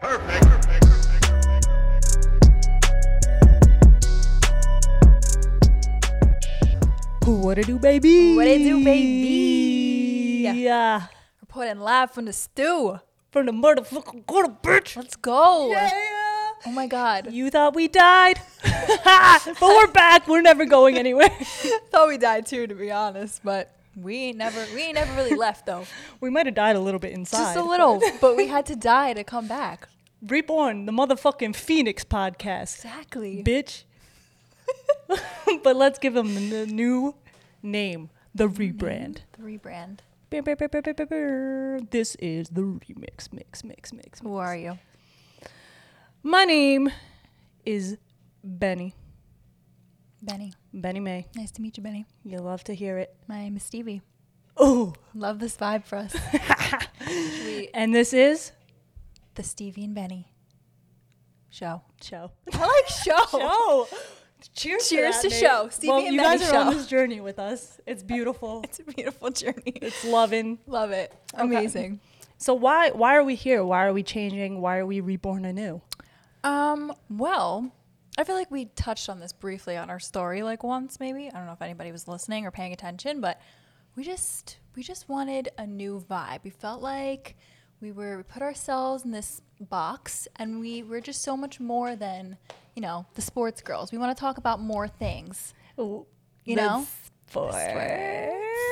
Perfect. Perfect. Perfect. Perfect. What it do, baby? What it do, baby? Yeah. Reporting live from the stew. From the motherfucking corner, bitch. Let's go. Yeah. Oh my God. You thought we died, but we're back. We're never going anywhere. Thought we died too, to be honest, but we ain't never we ain't never really left though. we might have died a little bit inside. Just a little, but we had to die to come back. Reborn, the motherfucking Phoenix podcast, Exactly. bitch. but let's give them the new name, the rebrand. The rebrand. Brr, brr, brr, brr, brr, brr, brr. This is the remix, mix, mix, mix. Who are you? My name is Benny. Benny. Benny May. Nice to meet you, Benny. You love to hear it. My name is Stevie. Oh, Love this vibe for us. we, and this is the Stevie and Benny show. show. I like show. Show. Oh. Cheers! to Cheers that, to mate. show. Stevie well, and you guys Benny are on show. this journey with us. It's beautiful. It's a beautiful journey. it's loving. Love it. Amazing. So why why are we here? Why are we changing? Why are we reborn anew? Um, well, I feel like we touched on this briefly on our story like once maybe. I don't know if anybody was listening or paying attention, but we just we just wanted a new vibe. We felt like we were we put ourselves in this box and we were just so much more than, you know, the sports girls. We want to talk about more things. You You know? Sports.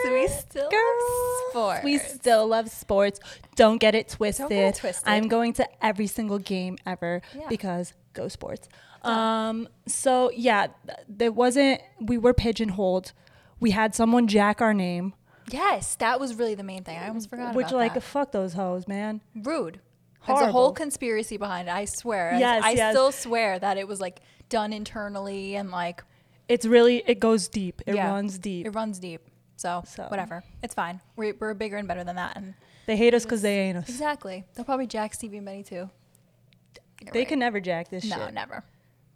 So we still love sports. We still love sports. Don't get it twisted. Don't get it twisted. I'm going to every single game ever Yeah. because go sports. Um, so yeah, th- there wasn't. We were pigeonholed. We had someone jack our name, Yes, that was really the main thing. I almost forgot which about like that. fuck those hoes, man. rude. There's a whole Horrible. conspiracy behind it. I swear. I- Yes, I, yes. still swear that it was like done internally and like It's really it goes deep. It yeah, runs deep. It runs deep. So, So. whatever. It's fine. We're, we're bigger and better than that. And they hate us because they ain't us. exactly. They'll probably jack Stevie and Benny too. You're They right. can never jack this No, shit. never.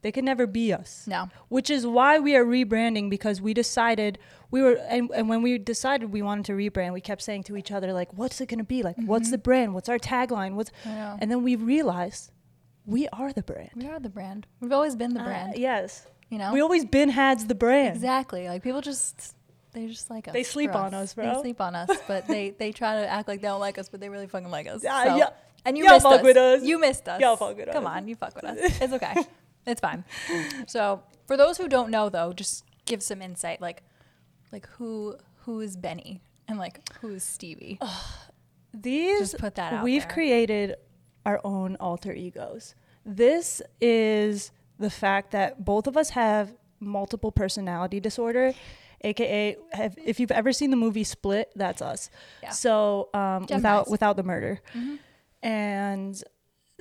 They could never be us. No. Which is why we are rebranding because we decided we were and, and when we decided we wanted to rebrand, we kept saying to each other like, "What's it gonna be? Like, what's the brand? What's our tagline? What's?" Mm-hmm. I know. And then we realized we are the brand. We are the brand. We've always been the brand. Uh, yes. You know? We always been hads the brand. exactly. Like people just. They just like us. They sleep for on us, bro. They sleep on us, but they they try to act like they don't like us, but they really fucking like us. Yeah, So- yeah. And you Y'all missed fuck us. with us. You missed us. Y'all fuck with Come us. on, you fuck with us. It's okay. it's fine. So for those who don't know though, just give some insight. Like like who who is Benny and like who is Stevie? These Just put that out we've there. created our own alter egos. This is the fact that both of us have multiple personality disorder, aka have, if you've ever seen the movie Split, that's us. Yeah. So um, without Geminis. without the murder, Mm-hmm. and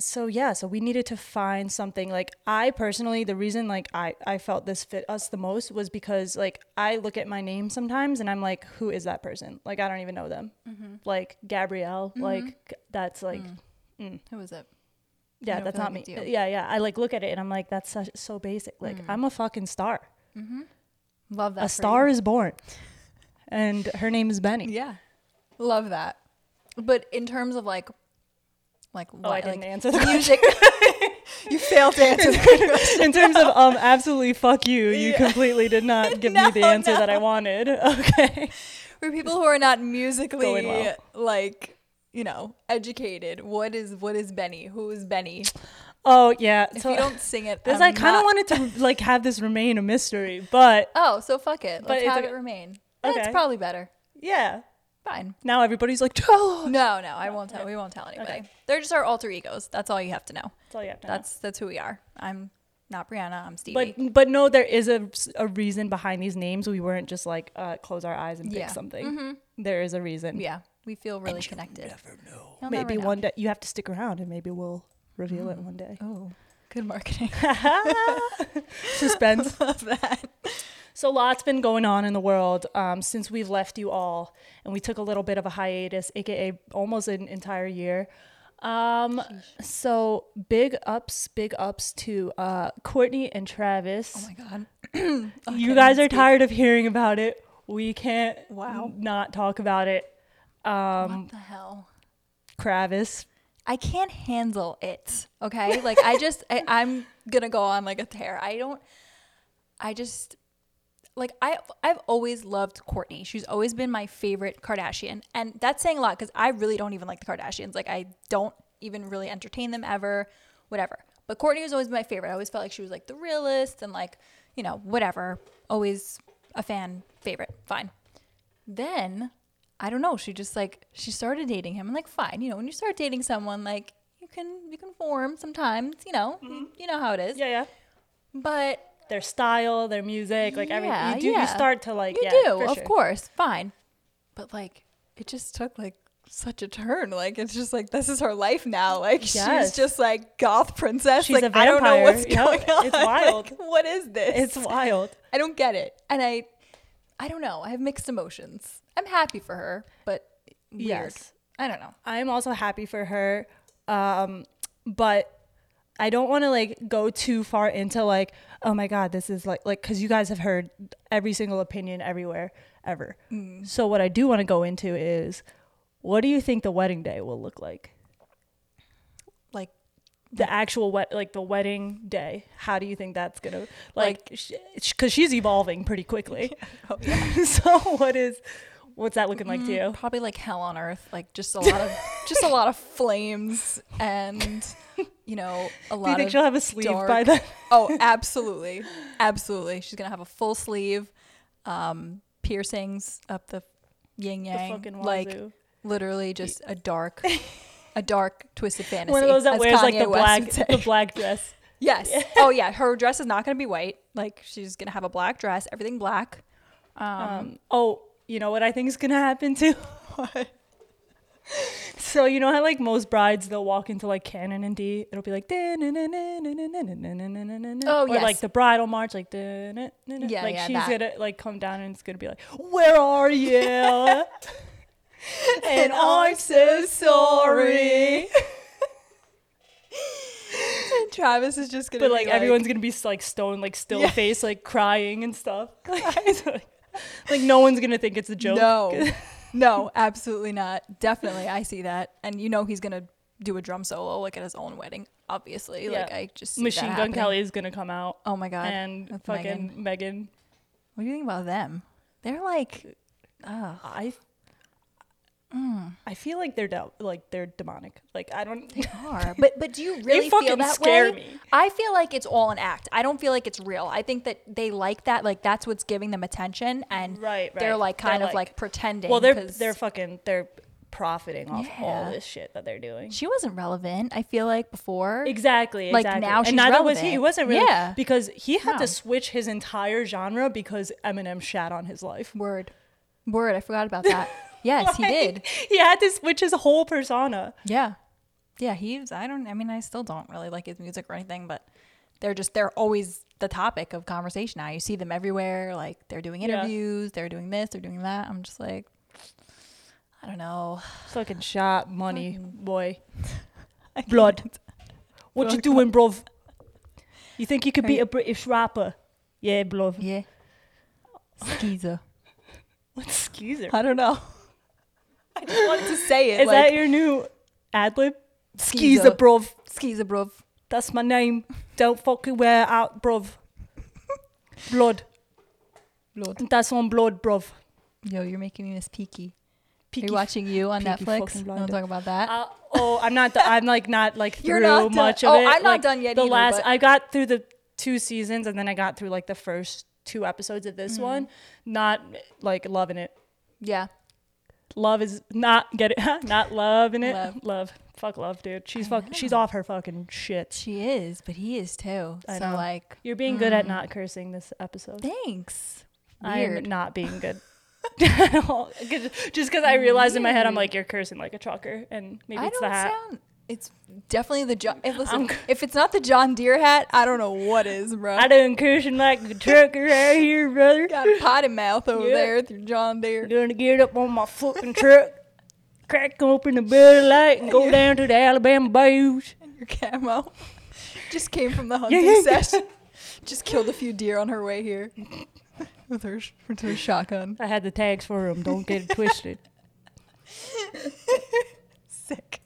so yeah, so we needed to find something like I personally the reason like I I felt this fit us the most was because like I look at my name sometimes and I'm like who is that person? Like I don't even know them. Mm-hmm. Like Gabrielle, like that's like mm, Who is it? yeah, don't that's Mm. feel not like me. it's you. Mm. Yeah, yeah. I like look at it and I'm like that's such, so basic. Like I'm a fucking star. Love that. a for star you. is born. And her name is Benny. Yeah. Love that. But in terms of like like Oh, I li- didn't like answer the music You failed to answer that. in terms of um absolutely fuck you, you completely did not give me the No, answer that I no. wanted. Okay. for people who are not musically Going well. like you know educated what is what is benny who is benny Oh yeah. if so you don't sing it Because I'm I kind of not- wanted to like have this remain a mystery, but oh so fuck it let's it's have okay. it remain that's Okay. probably better yeah. fine Now everybody's like, oh, no no i won't tell we won't tell anybody they're just our alter egos that's all you have to know that's all you have to know. that's that's who we are i'm not brianna i'm stevie But but no, there is a, a reason behind these names. We weren't just like uh, close our eyes and Yeah. Mm-hmm. pick something. There is a reason. yeah we feel really connected You'll never Maybe know. one day you have to stick around, and maybe we'll reveal it one day. oh good marketing Suspense. love that So lots been going on in the world um, since we've left you all, and we took a little bit of a hiatus, aka almost an entire year. Um, so big ups, big ups to uh, Courtney and Travis. oh my god you guys are tired of hearing about it. We can't Wow. n- not talk about it. Um, what the hell Travis I can't handle it. Okay. Like I just, I, I'm gonna go on like a tear. I don't, I just, like I, I've always loved Courtney. She's always been my favorite Kardashian, and that's saying a lot because I really don't even like the Kardashians. Like I don't even really entertain them ever, whatever. But Courtney was always my favorite. I always felt like she was like the realist and like, you know, whatever. Always a fan favorite. Fine then I don't know. She just like she started dating him, and like fine, you know, when you start dating someone, like you can you can form sometimes, you know, you, you know how it is. Yeah, yeah. But Their style, their music, like Yeah, everything. You do. yeah. You start to like. you yeah, do, for of sure. course, fine. But like it just took like such a turn. Like it's just like this is her life now. Like she's Yes. just like goth princess. She's like a I don't know vampire. what's Yeah, going on. it's Like, wild. what is this? It's wild. I don't get it. And I I don't know. I have mixed emotions. I'm happy for her, but weird. Yes. I don't know. I'm also happy for her, um, but I don't want to like go too far into like, oh my god, this is like like because you guys have heard every single opinion everywhere ever. Mm. So what I do want to go into is, what do you think the wedding day will look like? Like The actual wet like the wedding day. How do you think that's gonna like? Because she's evolving pretty quickly. Oh, Mm. so what is what's that looking like to you? probably like hell on earth like just a lot of just a lot of flames and you know a lot Do you think of she'll have a sleeve by dark- then? oh absolutely absolutely she's gonna have a full sleeve um piercings up the yin yang fucking like wazoo. literally just a dark a dark twisted fantasy One of those that as wears like Kanye the West black would say. the black dress. Yes. Oh yeah, her dress is not going to be white. Like she's going to have a black dress, everything black. Um, oh, you know what I think is gonna happen too. so you know how like most brides they'll walk into like canon and D. It'll be like Oh, oh or yes. like the bridal march like yeah like Yeah, yeah, she's that. gonna like come down and it's gonna be like where are you and, I'm so sorry And Travis is just going to but like, everyone's gonna be like stone like still Yeah. face like crying and stuff like, like no one's gonna think it's a joke No, no, absolutely not. Definitely, I see that, and you know he's gonna do a drum solo like at his own wedding. Obviously, like Yeah. I just see that Machine Gun happening. Kelly is gonna come out Oh my god! and with Megan. fucking Megan. What do you think about them? They're like, oh, I Mm. I feel like they're de- like they're demonic. Like I don't. are. But but do you really feel fucking that scare way? me. I feel like it's all an act. I don't feel like it's real. I think that they like that. Like that's what's giving them attention, and Right, they're right. like kind They're of like- like pretending. well, they're 'cause- they're fucking they're profiting off Yeah. all this shit that they're doing. She wasn't relevant. I feel like before. Exactly. Like, exactly. now she's and neither was he. relevant. He wasn't really Yeah. because he had No. to switch his entire genre because Eminem shat on his life. Word. Word. I forgot about that. Yes, he did. He had to switch his whole persona. Yeah. Yeah, he's I don't I mean I still don't really like his music or anything, but they're just they're always the topic of conversation now. You see them everywhere, like they're doing Yeah. interviews, they're doing this, they're doing that. I'm just like I don't know. Fucking shot money, boy. Blood. What you doing, bruv? You think you could be a British rapper? Yeah, bruv. Yeah. Skeezer. What's skeezer? I don't know. I just wanted to say it. Is like, that your new ad lib? Skeezer. Skeezer, bruv. Skeezer, bruv. That's my name. Don't fucking wear out, bruv. Blood. Blood. That's on blood, bruv. Yo, you're making me miss Peaky. Are Peaky you watching you on Peaky Netflix? fucking You want blinder. to talk about that? Uh, oh, I'm not. th- I'm like not like You're through not done. much Oh, of it. I'm not Like, done yet The either, last but- I got through the two seasons, and then I got through like the first two episodes of Mm. this one. Not like loving it. yeah. Love is not get it. not loving it. Love. Love. Fuck love, dude. She's fuck. She's off her fucking shit. She is, but he is too. I so know. like You're being good at not cursing this episode. Thanks. I'm Mm. Weird. not being good. at all. 'Cause- Just because I realized in my head, I'm like, you're cursing like a trucker, and maybe I it's don't the hat. sound. It's definitely the John. If, listen, I'm c- if it's not the John Deere hat, I don't know what is, bro. I done cursing like a trucker out here, brother. got potty mouth over Yeah. there through John Deere. Gonna get up on my fucking truck, crack open the Bud Light, and go down to the Alabama bayous. Your camo just came from the hunting yeah, yeah. session. Just killed a few deer on her way here with her sh- with her shotgun. I had the tags for them. Don't get it twisted. Sick.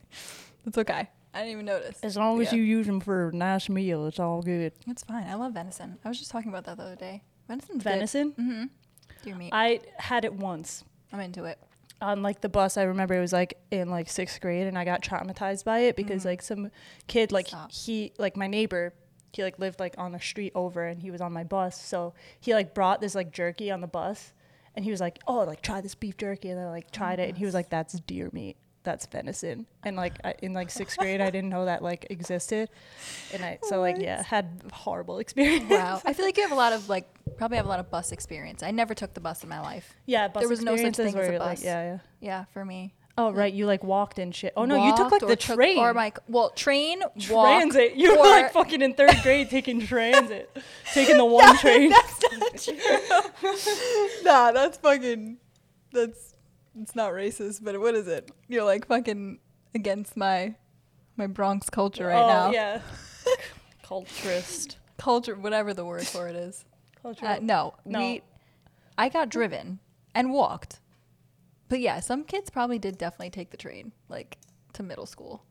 It's okay. I didn't even notice. As long as Yeah. you use them for a nice meal, it's all good. It's fine. I love venison. I was just talking about that the other day. Venison's Venison? Good. Dear meat. I, I had it once am into it. on like the bus. I remember it was like in like sixth grade, and I got traumatized by it because like some kid, like Mm. Stop. he, like my neighbor, he like lived like on the street over, and he was on my bus. So he like brought this like jerky on the bus, and he was like, "Oh, like try this beef jerky," and I Oh like tried it, and he was like, "That's deer meat." That's venison, and like I, in like sixth grade, I didn't know that like existed, and I so like What? yeah, had horrible experience. Wow. I feel like you have a lot of like probably have a lot of bus experience. I never took the bus in my life. Yeah, bus There was no such experiences thing as where a you're, like, bus. yeah, yeah. Yeah, for me. Oh right, you like walked and shit. Oh no, you took Walked like or the took- train or my well train walk, transit. You were or- like fucking in third grade taking transit, taking the one train. That's not true. nah, that's fucking. That's it's not racist, but what is it? You're like fucking against my my Bronx culture right oh now. yeah, culturist. Culture, whatever the word for it is. Cultural. Uh, no, No. we. I got driven and walked, but yeah, some kids probably did definitely take the train, like to middle school.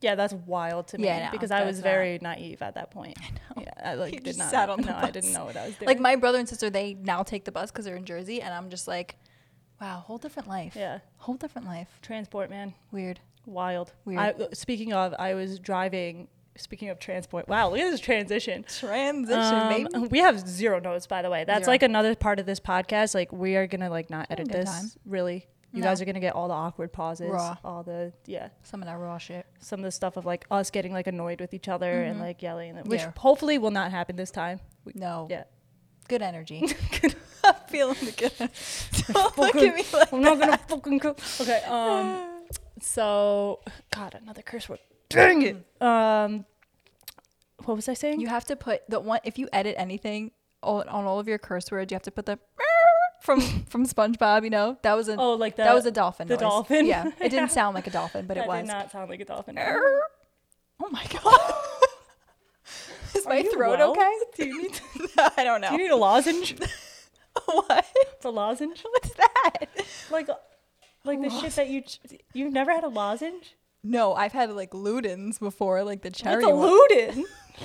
yeah, that's wild to me Yeah, no, because I that's was not- very naive at that point. I know. Yeah, I like You did just not. sat on the no, I bus. didn't know what I was doing. Like my brother and sister, they now take the bus because they're in Jersey, and I'm just like, wow, whole different life. yeah, whole different life. transport man. Weird. Wild. Weird. I, speaking of, I was driving. Speaking of transport, wow, look at this transition. Transition, Um, we have zero notes, by the way. That's Zero. like another part of this podcast. Like we are gonna like not edit good this time. really. You No. guys are gonna get all the awkward pauses, Raw. all the yeah, Some of that raw shit. some of the stuff of like us getting like annoyed with each other and like yelling, which Mm-hmm. Yeah. hopefully will not happen this time. We, No. yeah, Good energy. I'm feeling the good. Don't look at me like I'm not gonna fucking go. Okay. Um. So, God, another curse word. Dang it. Um. What was I saying? you have to put the one if you edit anything on, on all of your curse words, you have to put the from from SpongeBob. You know that was a oh, like that. that was a dolphin. the noise. dolphin. Yeah, it didn't Yeah. sound like a dolphin, but That it was. did not sound like a dolphin. Oh my god. Is Are my you throat well? okay? Do you need? I don't know. Do you need a lozenge? what? It's a lozenge. What's that? like like the shit that you you've never had a lozenge No, I've had like Ludens before, like the cherry. What's a one. Ludin?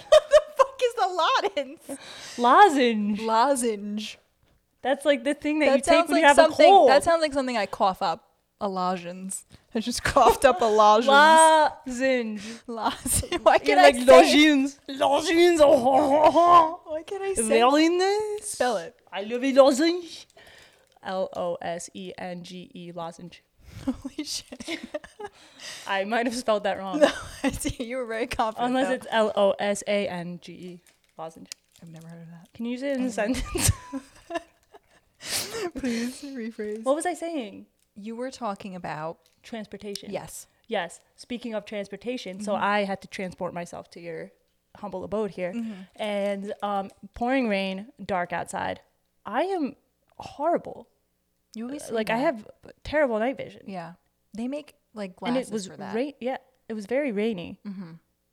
what the fuck is the Ludens? lozenge Lozenge. that's like the thing that, That you take sounds when like you have a something. cold That sounds like something I cough up. A lozenges. I just coughed up a lozenges. lozenge Lozenges. Why You're can't I like say it? lozenges lozenges oh, oh, oh, oh. Why can't I say it? very nice Spell it. i love a lozenge E l-o-s-e-n-g-e lozenge Holy shit. i might have spelled that wrong No, I see. You were very confident. unless though. it's l-o-s-a-n-g-e E, lozenge I've never heard of that. can you use it in a Mm-hmm. sentence Please rephrase. what was i saying you were talking about transportation yes. Yes. Speaking of transportation, so Mm-hmm. I had to transport myself to your humble abode here, and um, pouring rain, dark outside. I am horrible. You always say Uh, Like I that. have terrible night vision, Yeah. They make like and glasses it was for that. Mm-hmm. rain. Yeah, it was very rainy.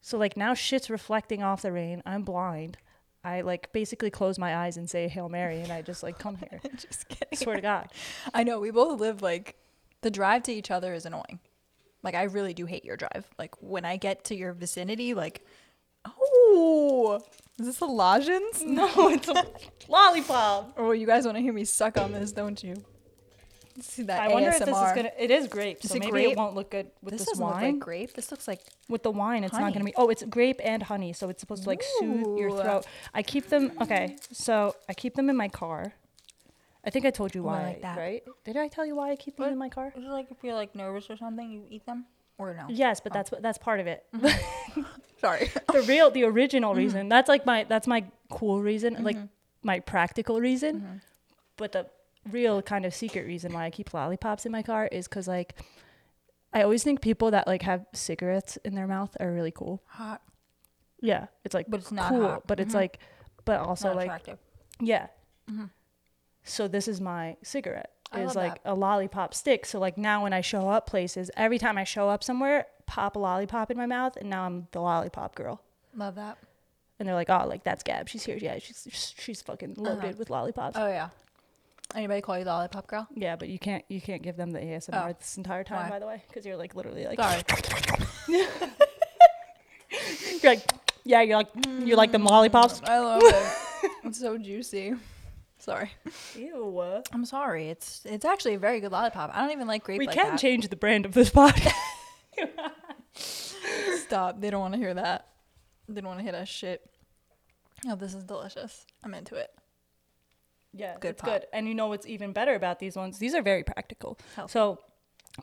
So like now shit's reflecting off the rain. I'm blind. I like basically close my eyes and say Hail Mary, and I just like come here. Just kidding. Swear to God. I know we both live like the drive to each other is annoying. Like I really do hate your drive. Like when I get to your vicinity, like oh, is this a Lajans? No, it's a lollipop. Oh, you guys want to hear me suck on this, don't you? See that I wonder if this is ASMR. gonna. It is grape, Is so it maybe grape? it won't look good with This, this, doesn't look wine. like grape. This looks like with the wine it's not going Honey. to be oh it's grape and honey so it's supposed to like soothe your Ooh. throat i keep them okay so i keep them in my car i think i told you Oh, I why like that. right did i tell you why i keep them in my car is it like if you're like nervous or something, you eat them or no? yes but that's what that's part of Mm-hmm. it Sorry. the real the Mm-hmm. original reason that's like my that's my cool reason like my practical reason Mm-hmm. but the real kind of secret reason why i keep lollipops in my car is because like i always think people that like have cigarettes in their mouth are really cool Hot, Yeah, it's Mm-hmm. like But it's not cool, hot. Mm-hmm. but it's like, but also not like attractive. yeah. Mm-hmm. So this is my cigarette. I It's love like a lollipop stick. So like now when I show up places, every time I show up somewhere, pop a lollipop in my mouth, and now I'm the lollipop girl. Love that. Uh-huh. And they're like, oh, like that's Gab. She's here. Yeah, she's she's fucking loaded with lollipops. Oh yeah. Anybody call you lollipop girl? Yeah, but you can't you can't give them the ASMR Oh. this entire time, Why? by the way, because you're like literally like Sorry. you're like yeah you're like "Mm, you like them lollipops. Mm, I love it. it's so juicy. Sorry. Ew. I'm sorry. It's it's actually a very good lollipop. I don't even like grape We like can that. change the brand of this podcast. Stop. They don't want to hear that. They don't want to hear that shit. Oh, this is delicious. I'm into it. yeah, Good it's pop. good. And you know what's even better about these ones? These are very practical. Healthy. So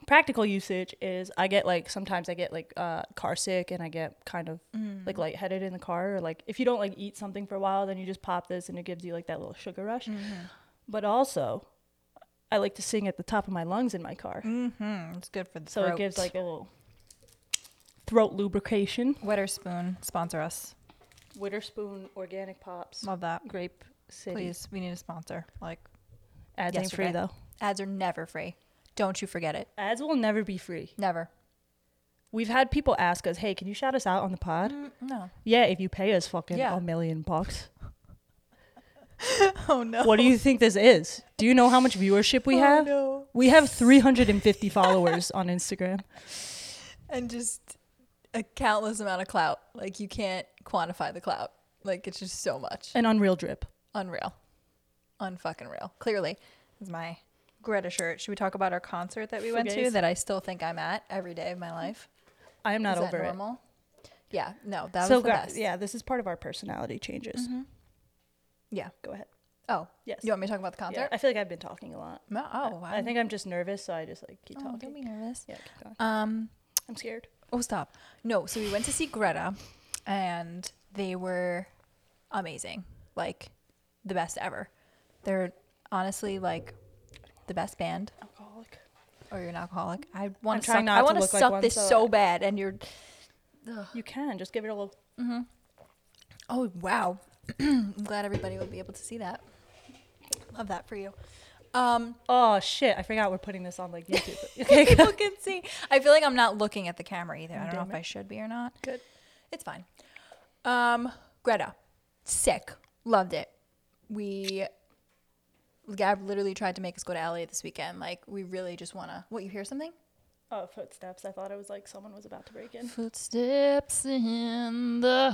practical usage is I get like sometimes I get like uh, car sick and I get kind of Mm. like Mm-hmm. lightheaded in the car or like if you don't like eat something for a while then you just pop this and it gives you like that little sugar rush. Mm-hmm. But also I like to sing at the top of my lungs in my car. Mm-hmm. It's good for the So throat. it gives like a little throat lubrication. Wetter Spoon sponsor us. Witherspoon organic pops. Love that. Grape City. Please, we need a sponsor. Like Ads ain't free Yesterday. though. ads are never free. Don't you forget it. Ads will never be free. Never. We've had people ask us, "Hey, can you shout us out on the pod?" Mm, No. Yeah, if you pay us fucking Yeah. a million bucks. Oh no. Oh, What do you think this is? Do you know how much viewership we have? no. We have 350 followers on Instagram. and just a countless amount of clout. Like you can't quantify the clout. Like it's just so much. An unreal drip. Unreal. Unfucking real. Clearly. This is my Greta shirt. Should we talk about our concert that we went to Fugazi. that I still think I'm at every day of my life? I am not is that over it. normal? Yeah. No, that so was the gu- best. Mm-hmm. yeah, this is part of our personality changes. Yeah. Go ahead. Oh. Yes. You want me to talk about the Yeah, concert? I feel like I've been talking a lot. No. Oh, wow. I think I'm just nervous, so I just like keep Oh, don't talking. be nervous. Yeah, keep going. Um, I'm scared. Oh, stop. No, so we went to see Greta and they were amazing. Like the best ever. They're honestly like the best band Alcoholic. or you're an alcoholic. I want to trying suck, not I to want to look like suck one, this so so I- bad and you're mm-hmm. You can just give it a little. Oh, wow. I'm glad everybody will be able to see that. Love that for you. Um Oh shit! I forgot we're putting this on like YouTube. okay, go- people can see. I feel like I'm not looking at the camera either. I don't know if I should be or not. Good. It's fine. Um, Greta, sick. Loved it. We, Gab literally tried to make us go to LA this weekend. Like, we really just want to. What, you hear something? Oh, footsteps. I thought it was like someone was about to break in. Footsteps in the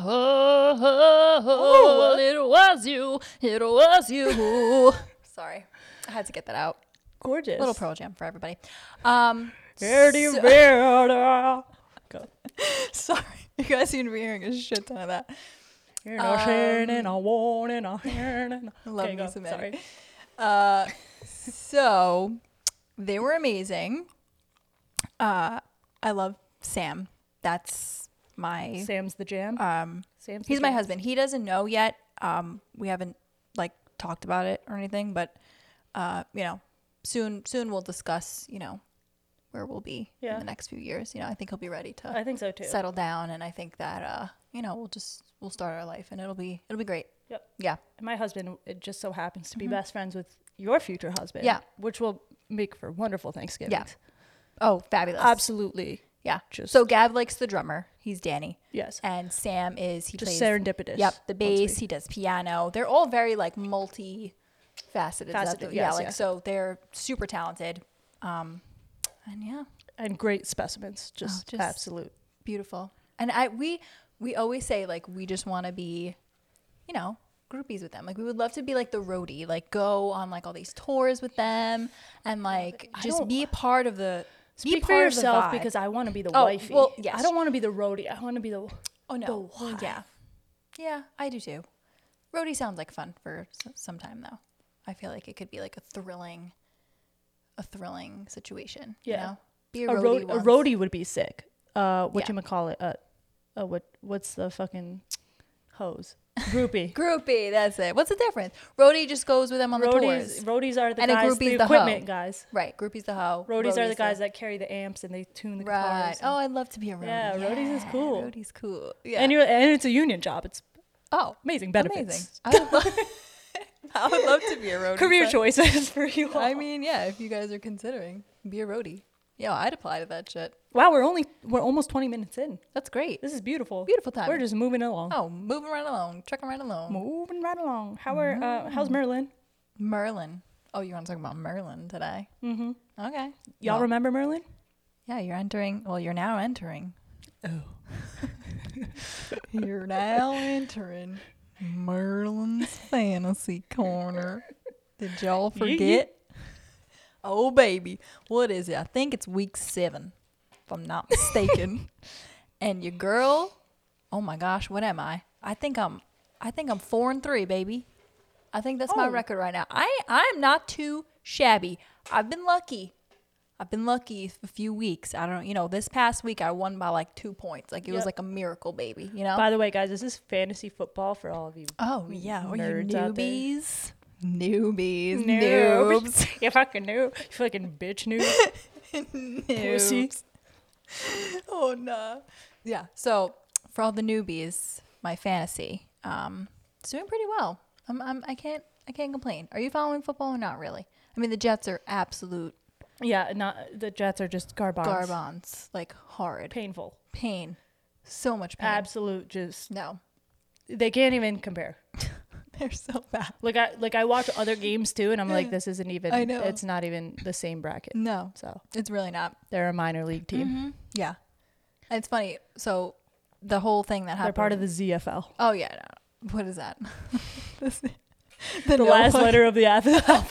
hole. Oh, It was you. It was you. Sorry. I had to get that out. Gorgeous. Little Pearl Jam for everybody. Um, Dirty so- Bearda. Go. sorry. You guys seem to be hearing a shit ton of that. You're no shame and I want and I hear and I- Um, Love Okay, me go. some Sorry. Eddie. Uh, so they were amazing. Uh, I love Sam. That's my Sam's the jam. um. Sam's the He's my jam. husband. He doesn't know yet. Um, we haven't like talked about it or anything, but uh, you know, soon soon we'll discuss. You know, where we'll be in Yeah. the next few years. You know, I think he'll be ready to I think so too. settle down, and I think that uh, you know, we'll just we'll start our life, and it'll be it'll be great. Yep. Yeah. And my husband it just so happens to be best friends with your future husband. Mm-hmm. Yeah. Which will make for wonderful Thanksgivings. Oh, fabulous. Absolutely. Yeah. Just- so Gab likes the drummer. He's Danny. Yes. And Sam is he Just plays serendipitous. Yep, the Once bass. we- He does piano. They're all very like multi faceted. Faceted, yeah, yes, like yes. so they're super talented. Um and yeah, and great specimens. Just, Oh, just- absolute. beautiful. And I we we always say like we just want to be you know, groupies with them. Like we would love to be like the roadie, like go on like all these tours with them and like I just don't- be a part of the be Speak for part of the yourself vibe. because I want to be the Oh, wifey. well, yes. I don't want to be the roadie. I want to be the. Oh no. The Well, yeah. Yeah, I do too. Roadie sounds like fun for s- some time though. I feel like it could be like a thrilling, a thrilling situation. Yeah. You know? Be a, A, roadie. road, a once. roadie would be sick. Uh, what Yeah. you gonna call it? Uh, uh, what what's the fucking hose? Groupie. Groupie. That's it. What's the difference? Roadie just goes with them on the roadies. tours. Roadies are the And a guys, groupie's the the equipment hoe. guys. Right. Groupies the hoe. Roadies, are the roadies guys that carry the amps and they tune the Right. guitars. and- Oh, I'd love to be a roadie. Yeah, roadies is cool. Roadie's cool. Yeah. and you and it's a union job. It's oh, amazing benefits. amazing. I would, love, I would love to be a roadie. Career but- choices for you. All. I mean, yeah, if you guys are considering, be a roadie. Yeah, I'd apply to that shit. wow, we're only we're almost twenty minutes in. That's great. This is beautiful. Beautiful Oh. time. We're just moving along. Oh, moving right along, trucking right along. Mm. Moving right along. How are uh, how's Merlin? Merlin, Oh, you want to talk about Merlin today? Mm-hmm. Okay. Y'all Well, remember Merlin? Yeah, you're entering. Well, you're now entering. Oh. you're now entering Merlin's fantasy corner. Did y'all forget? Oh, baby. What is it? I think it's week seven, if I'm not mistaken. and your girl, oh my gosh, what am I? I think I'm, I think I'm four and three, baby. I think that's my Oh. record right now. I, I'm not too shabby. I've been lucky. I've been lucky a few weeks. I don't, you know, this past week I won by like two points. Like it was Yep. like a miracle, baby. You know. By the way, guys, this is fantasy football for all of you. oh yeah, or you Nerds out there. newbies, newbies, noobs. Noobs. you fucking noob. You fucking bitch noob. Pussy. Noobs. oh no. Yeah. So for all the newbies, my fantasy, um, it's doing pretty well. I'm, I'm I can't I can't complain. Are you following football or not really? I mean the Jets are absolute Yeah, not the Jets are just garbons. garbons, like horrid pain. Painful. so much pain. Absolute just no, they can't even compare. they're so bad. Like I like I watch other games too and I'm like this isn't even I know. it's not even the same bracket. No, So, it's really not. they're a minor league team. Mm-hmm. Yeah, it's funny. So the whole thing that They're happened. part of the ZFL. Oh yeah. No. What is that? This- The no last one- letter of the alphabet.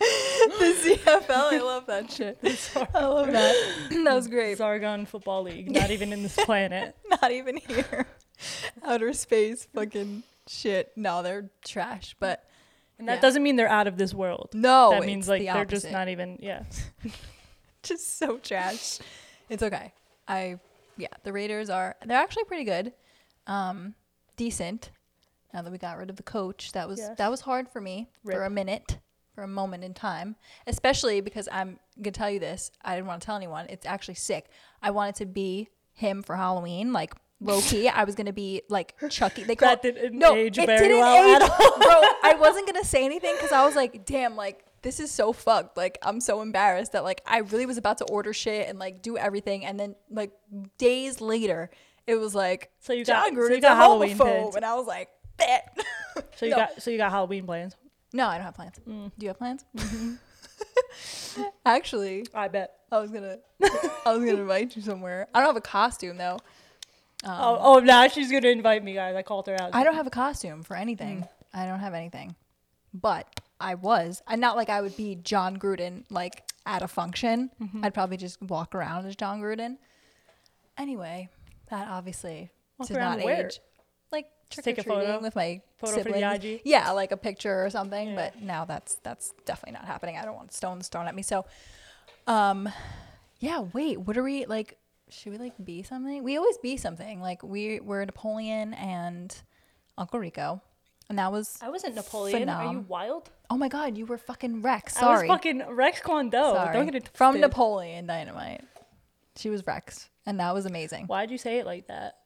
the CFL. I love that shit. I love that. That was great. Sargon Football League, not even in this planet. Not even here. Outer space fucking shit. No, they're trash. But And that Yeah. doesn't mean they're out of this world. no, that means it's like the they're just opposite. not even yeah. just so trash. It's okay. I yeah, the Raiders are they're actually pretty good. Um decent. Now that we got rid of the coach, that was Yes. that was hard for me for Rip. a minute, for a moment in time, especially because I'm going to tell you this, I didn't want to tell anyone. It's actually sick. I wanted to be him for Halloween, like low key, I was gonna be like Chucky. They That call- didn't age very well at all. Bro, I wasn't gonna say anything because I was like, damn, like this is so fucked. Like I'm so embarrassed that like I really was about to order shit and like do everything, and then like days later, it was like So you John got- so you Gruden's got a Halloween homophobe," pins. and I was like, bet. So you No. got so you got Halloween plans. no, I don't have plans. Mm. Do you have plans? Mm-hmm. Actually, I bet. I was gonna, I was gonna invite you somewhere. I don't have a costume though. oh, oh, now she's gonna invite me, guys. I called her out. Um, I don't have a costume for Mm. anything. I don't have anything. But I was. And not like I would be John Gruden like at a function. Mm-hmm. I'd probably just walk around as John Gruden. Anyway, that obviously Walk did around not where? age. Like Just trick take a or treating photo? with my Photo for the siblings. IG? Yeah, like a picture or something. Yeah. But now that's that's definitely not happening. I don't want stones thrown at me. So um yeah, wait, what are we like should we like be something? We always be something. Like we were Napoleon and Uncle Rico. And that was I wasn't Napoleon. Are you Phenom. wild? oh my god, you were fucking Rex. I was Sorry. fucking Rex Kondo. Sorry. Don't get it From twisted. Napoleon Dynamite. She was Rex. And that was amazing. Why'd you say it like that?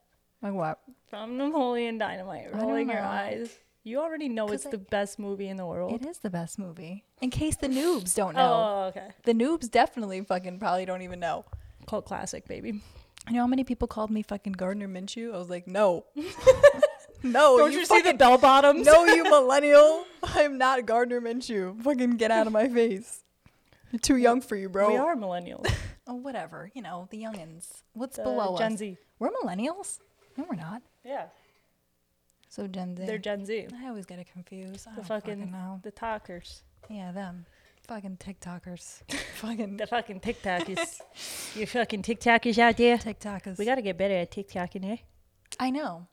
Like what? From Napoleon Dynamite, don't rolling your know. eyes. You already know 'Cause it's I- the best movie in the world. It is the best movie. In case the noobs don't know. Oh, okay. The noobs definitely fucking probably don't even know. Cult classic, baby. You know how many people called me fucking Gardner Minshew? I was like, no. no. Don't you, see the Oh, fucking- bell bottoms? No, you millennial. I'm not Gardner Minshew. Fucking get out of my face. You're too young for you, bro. We are millennials. Oh, whatever. You know, the youngins. What's The below Gen us? Z. We're millennials? No, we're not. Yeah, So Gen Z. they're Gen Z. I always get it confused. I The don't fucking, fucking, know. the talkers, Yeah, them. Fucking TikTokers. fucking the fucking TikTokers. you fucking TikTokers out there. TikTokers. We gotta get better at TikToking, eh? I know.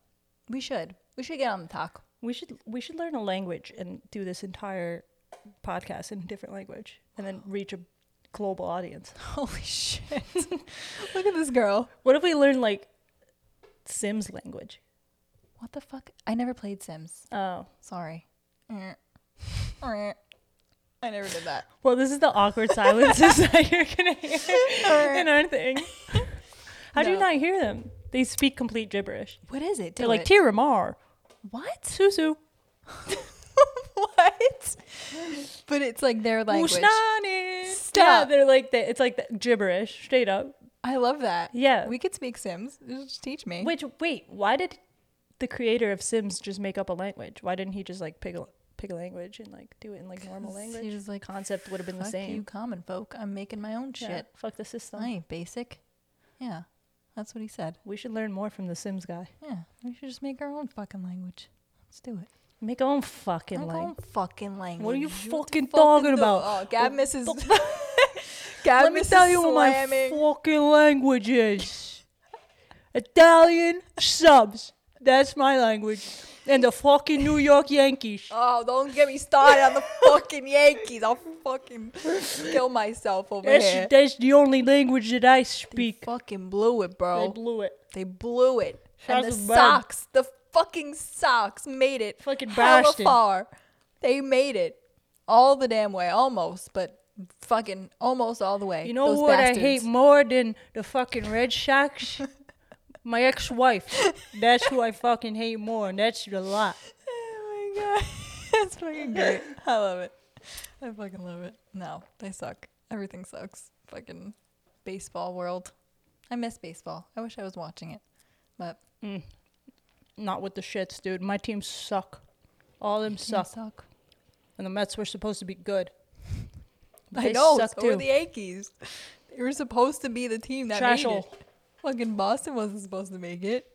We should. We should get on the talk. We should we should learn a language and do this entire podcast in a different language and then reach a global audience. Holy shit. Look at this girl. What if we learn like Sims language? What the fuck? I never played Sims. Oh. Sorry. I never did that. Well, this is the awkward silences that you're gonna hear in our thing. How do you No. not hear them? They speak complete gibberish. What is it? Do They're like it. Tiramar, what? Susu, what? But it's like their language. Mushnani. Yeah, Stop. they're like the, it's like the gibberish straight up. I love that. Yeah. We could speak Sims. Just teach me. Which wait, why did the creator of Sims just make up a language? Why didn't he just like pick a, pick a language and like do it in like normal 'Cause he language. was like, concept would have been the Fuck same. you, common folk. I'm making my own Yeah, shit. Fuck the system. I ain't basic. Yeah, that's what he said. We should learn more from the Sims guy. Yeah, we should just make our own fucking language. Let's do it. Make our own fucking Make our language. own fucking language. What are you the fucking fuck talking is the- about? Oh, Gab Oh, misses. fuck. Gab Let me misses tell you what my slamming. fucking language is. Italian subs. That's my language. And the fucking New York Yankees. Oh, don't get me started on the fucking Yankees. I'll fucking kill myself over That's, here. that's the only language that I They speak. fucking blew it, They bro. blew it. They blew it. And the Shots were bad. socks, the fucking socks made it. Fucking hella bastard. far. They made it all the damn way, almost, but fucking almost all the way. You know Those what bastards. I hate more than the fucking Red Sox? My ex-wife. That's who I fucking hate more, and that's a lot. Oh my god, that's fucking great. I love it. I fucking love it. No, they suck. Everything sucks. Fucking baseball world. I miss baseball. I wish I was watching it, but Not with the shits, dude. My teams suck. All them they suck. suck. And the Mets were supposed to be good. But I they know. suck so were too. the Yankees. They were supposed to be the team that made Trashel. it. Fucking Boston wasn't supposed to make it.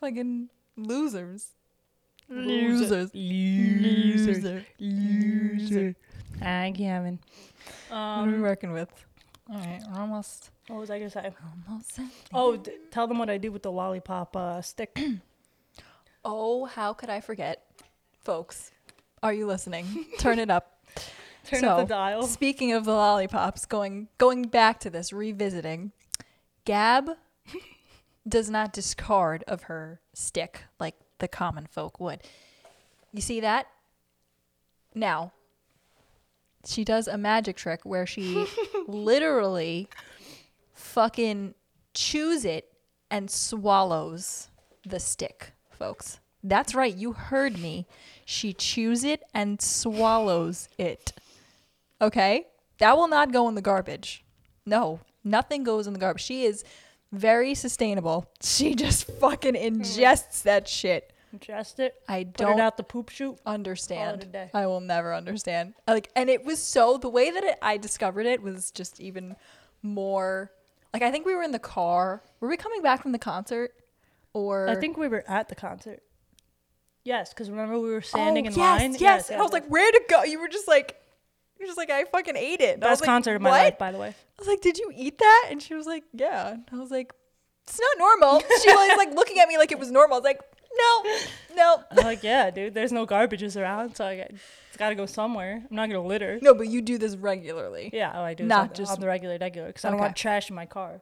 Fucking losers. Losers. Loser. Loser. Loser. I Gavin. what are we Um, working with? All right, we're almost, what was I gonna say? almost. at the Oh, d- tell them what I did with the lollipop uh, stick. Oh, how could I forget? Folks, are you listening? Turn it up. Turn up the So, dial. Speaking of the lollipops, going going back to this, revisiting, Gab does not discard of her stick like the common folk would. You see that? Now, she does a magic trick where she literally fucking chews it and swallows the stick, folks. That's right, you heard me. She chews it and swallows it. Okay? That will not go in the garbage. No, nothing goes in the garbage. She is very sustainable. She just fucking ingests that shit. Ingest it. I Put don't it out the poop chute. understand. it a day. I will never understand. Like, and it was so the way that it, I discovered it was just even more. Like, I think we were in the car. Were we coming back from the concert? Or I think we were at the concert. Yes, because remember we were standing oh, in yes, line. Yes, And I was like, where to go? You were just like, you were just like, I fucking ate it. And I was best like, concert of my what? life, by the way. I was like, did you eat that? And she was like, yeah. And I was like, it's not normal. She was like looking at me like it was normal. I was like, no, no. I'm like, yeah, dude. There's no garbages around, so I got, it's got to go somewhere. I'm not gonna litter. No, but you do this regularly. Yeah, all I do is Not on, the- just- on the regular, regular, because I don't Okay. want trash in my car.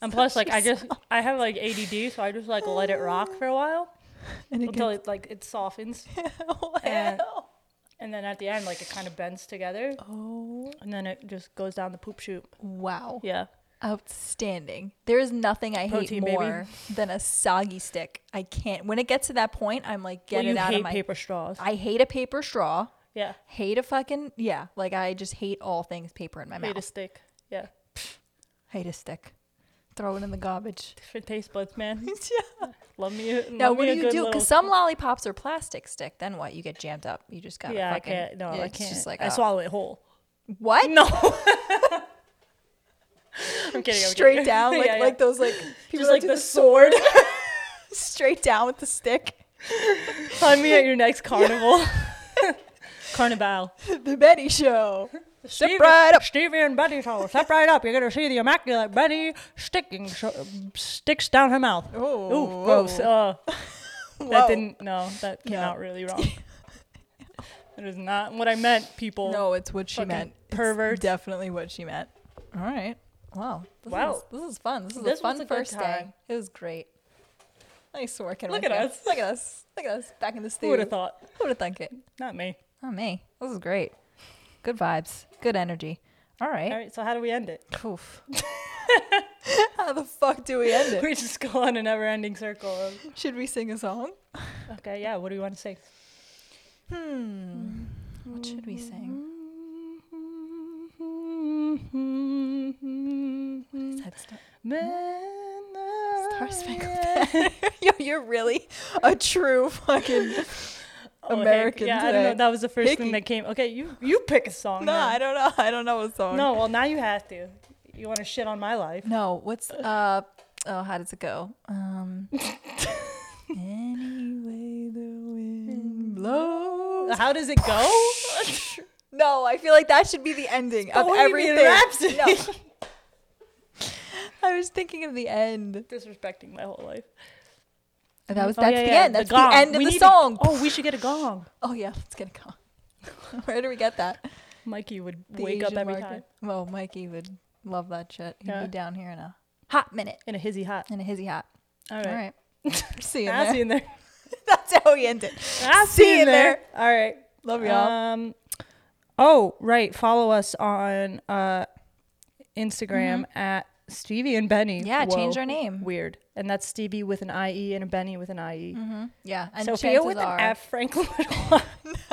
And plus, like I just I have like ADD, so I just like let it rock for a while And it until gets it like it softens, and, and- and then at the end, like it kind of bends together, Oh and then it just goes down the poop chute. wow. Yeah, Outstanding. There is nothing I Protein, hate baby. more than a soggy stick. I can't. When it gets to that point, I'm like, get well, you it out hate of my. paper straws. I hate a paper straw. yeah, Hate a fucking yeah. Like I just hate all things paper in my made a mouth. stick. Yeah, hate a stick. Throw it in the garbage. different taste buds, man. yeah. Love me. a- Now love what me a do you good do? little- Because some lollipops are plastic stick. Then what? You get jammed up. You just gotta. yeah, I fucking, can't. No, I it's can't. Just like I a- swallow it whole. What? No. I'm kidding. I'm Straight kidding. down, like Yeah, yeah. like those like people Just that like do the sword. straight down with the stick. Find me at your next carnival. Carnival. the Betty Show. Steve, right up. Stevie and Betty show. Step right up. You're gonna see the immaculate Betty sticking sho- sticks down her mouth. Ooh, Oh, gross. Uh, that Whoa. didn't. No, that came No. out really wrong. That is not what I meant, people. No, it's what she Fucking meant. It's perverts. definitely what she meant. All right. Wow. This Wow. Is, this is fun. This is This a was fun a good first day. time. It was great. Nice working. Look with at you. us. Look at us. Look at us. Back in the Who studio. would have thought? Who would have thunk it? Not me. Oh me. This is great. Good vibes. Good energy. All right. All right. So how do we end it? Oof. How the fuck do we end it? We just go on a never-ending circle. Of, Should we sing a song? okay. Yeah. What do we want to say? Hmm. What should we sing? That stuff. Oh, Star Spangled Banner. Yo, you're really a true fucking Oh, heck, American Yeah, today. I don't know. That was the first Hickey. thing that came. Okay, you you pick a song. Oh, No, then. I don't know. I don't know what song. No, well now you have to. You want to shit on my life? No, what's uh oh how does it go? Um Anyway the wind blows. How does it go? No, I feel like that should be the ending of Bohemian everything. Rhapsody. No. I was thinking of the end. Disrespecting my whole life. That was Oh, that's yeah, the yeah, end. That's the, gong. end of We the need to- song. oh. oh, we should get a gong. yeah, let's get a call. Where do we get that? Mikey would The wake up Asian every market. time Well, Mikey would love that shit. He'd Yeah. be down here in a hot minute. in a hizzy hot. In a hizzy hot. All right. All right. See you I'll see there. you in there. That's how we end it. I'll See see you you in there. there. All right. Love y'all. Um, oh, right. Follow us on uh, Instagram at Stevie and Benny. Mm-hmm. Yeah, Whoa, change our name. Weird. And that's Stevie with an IE and a Benny with an E. IE. Yeah, Mm-hmm. and Sophia chances with are, an F, Franklin with a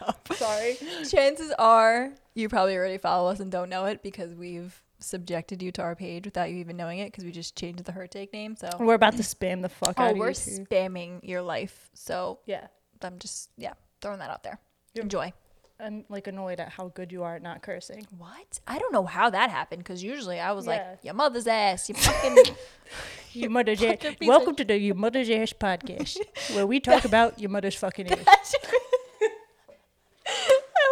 Y. Sorry. chances are you probably already follow us and don't know it because we've subjected you to our page without you even knowing it because we just changed the her take name. So We're about to spam the fuck out oh, Oh, of we're you. too. spamming your life. So yeah. I'm just yeah throwing that out there. Enjoy. I'm like annoyed at how good you are at not cursing. What? I don't know how that happened because usually I was Yeah. like your mother's ass. You fucking Your mother's ass. fucking piece of Welcome to the Your Mother's Ass podcast, where we talk about your mother's fucking ass. I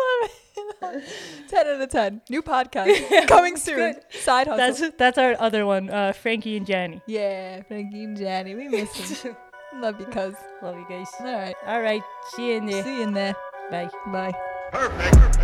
love it. ten out of ten. New podcast coming soon. Side hustle. That's that's our other one, uh, Frankie and Jenny. yeah, Frankie and Johnny, we miss them. Love you, cuz. Love you guys. All right. All right, see you in there. See you in there. Bye. Bye. Perfect.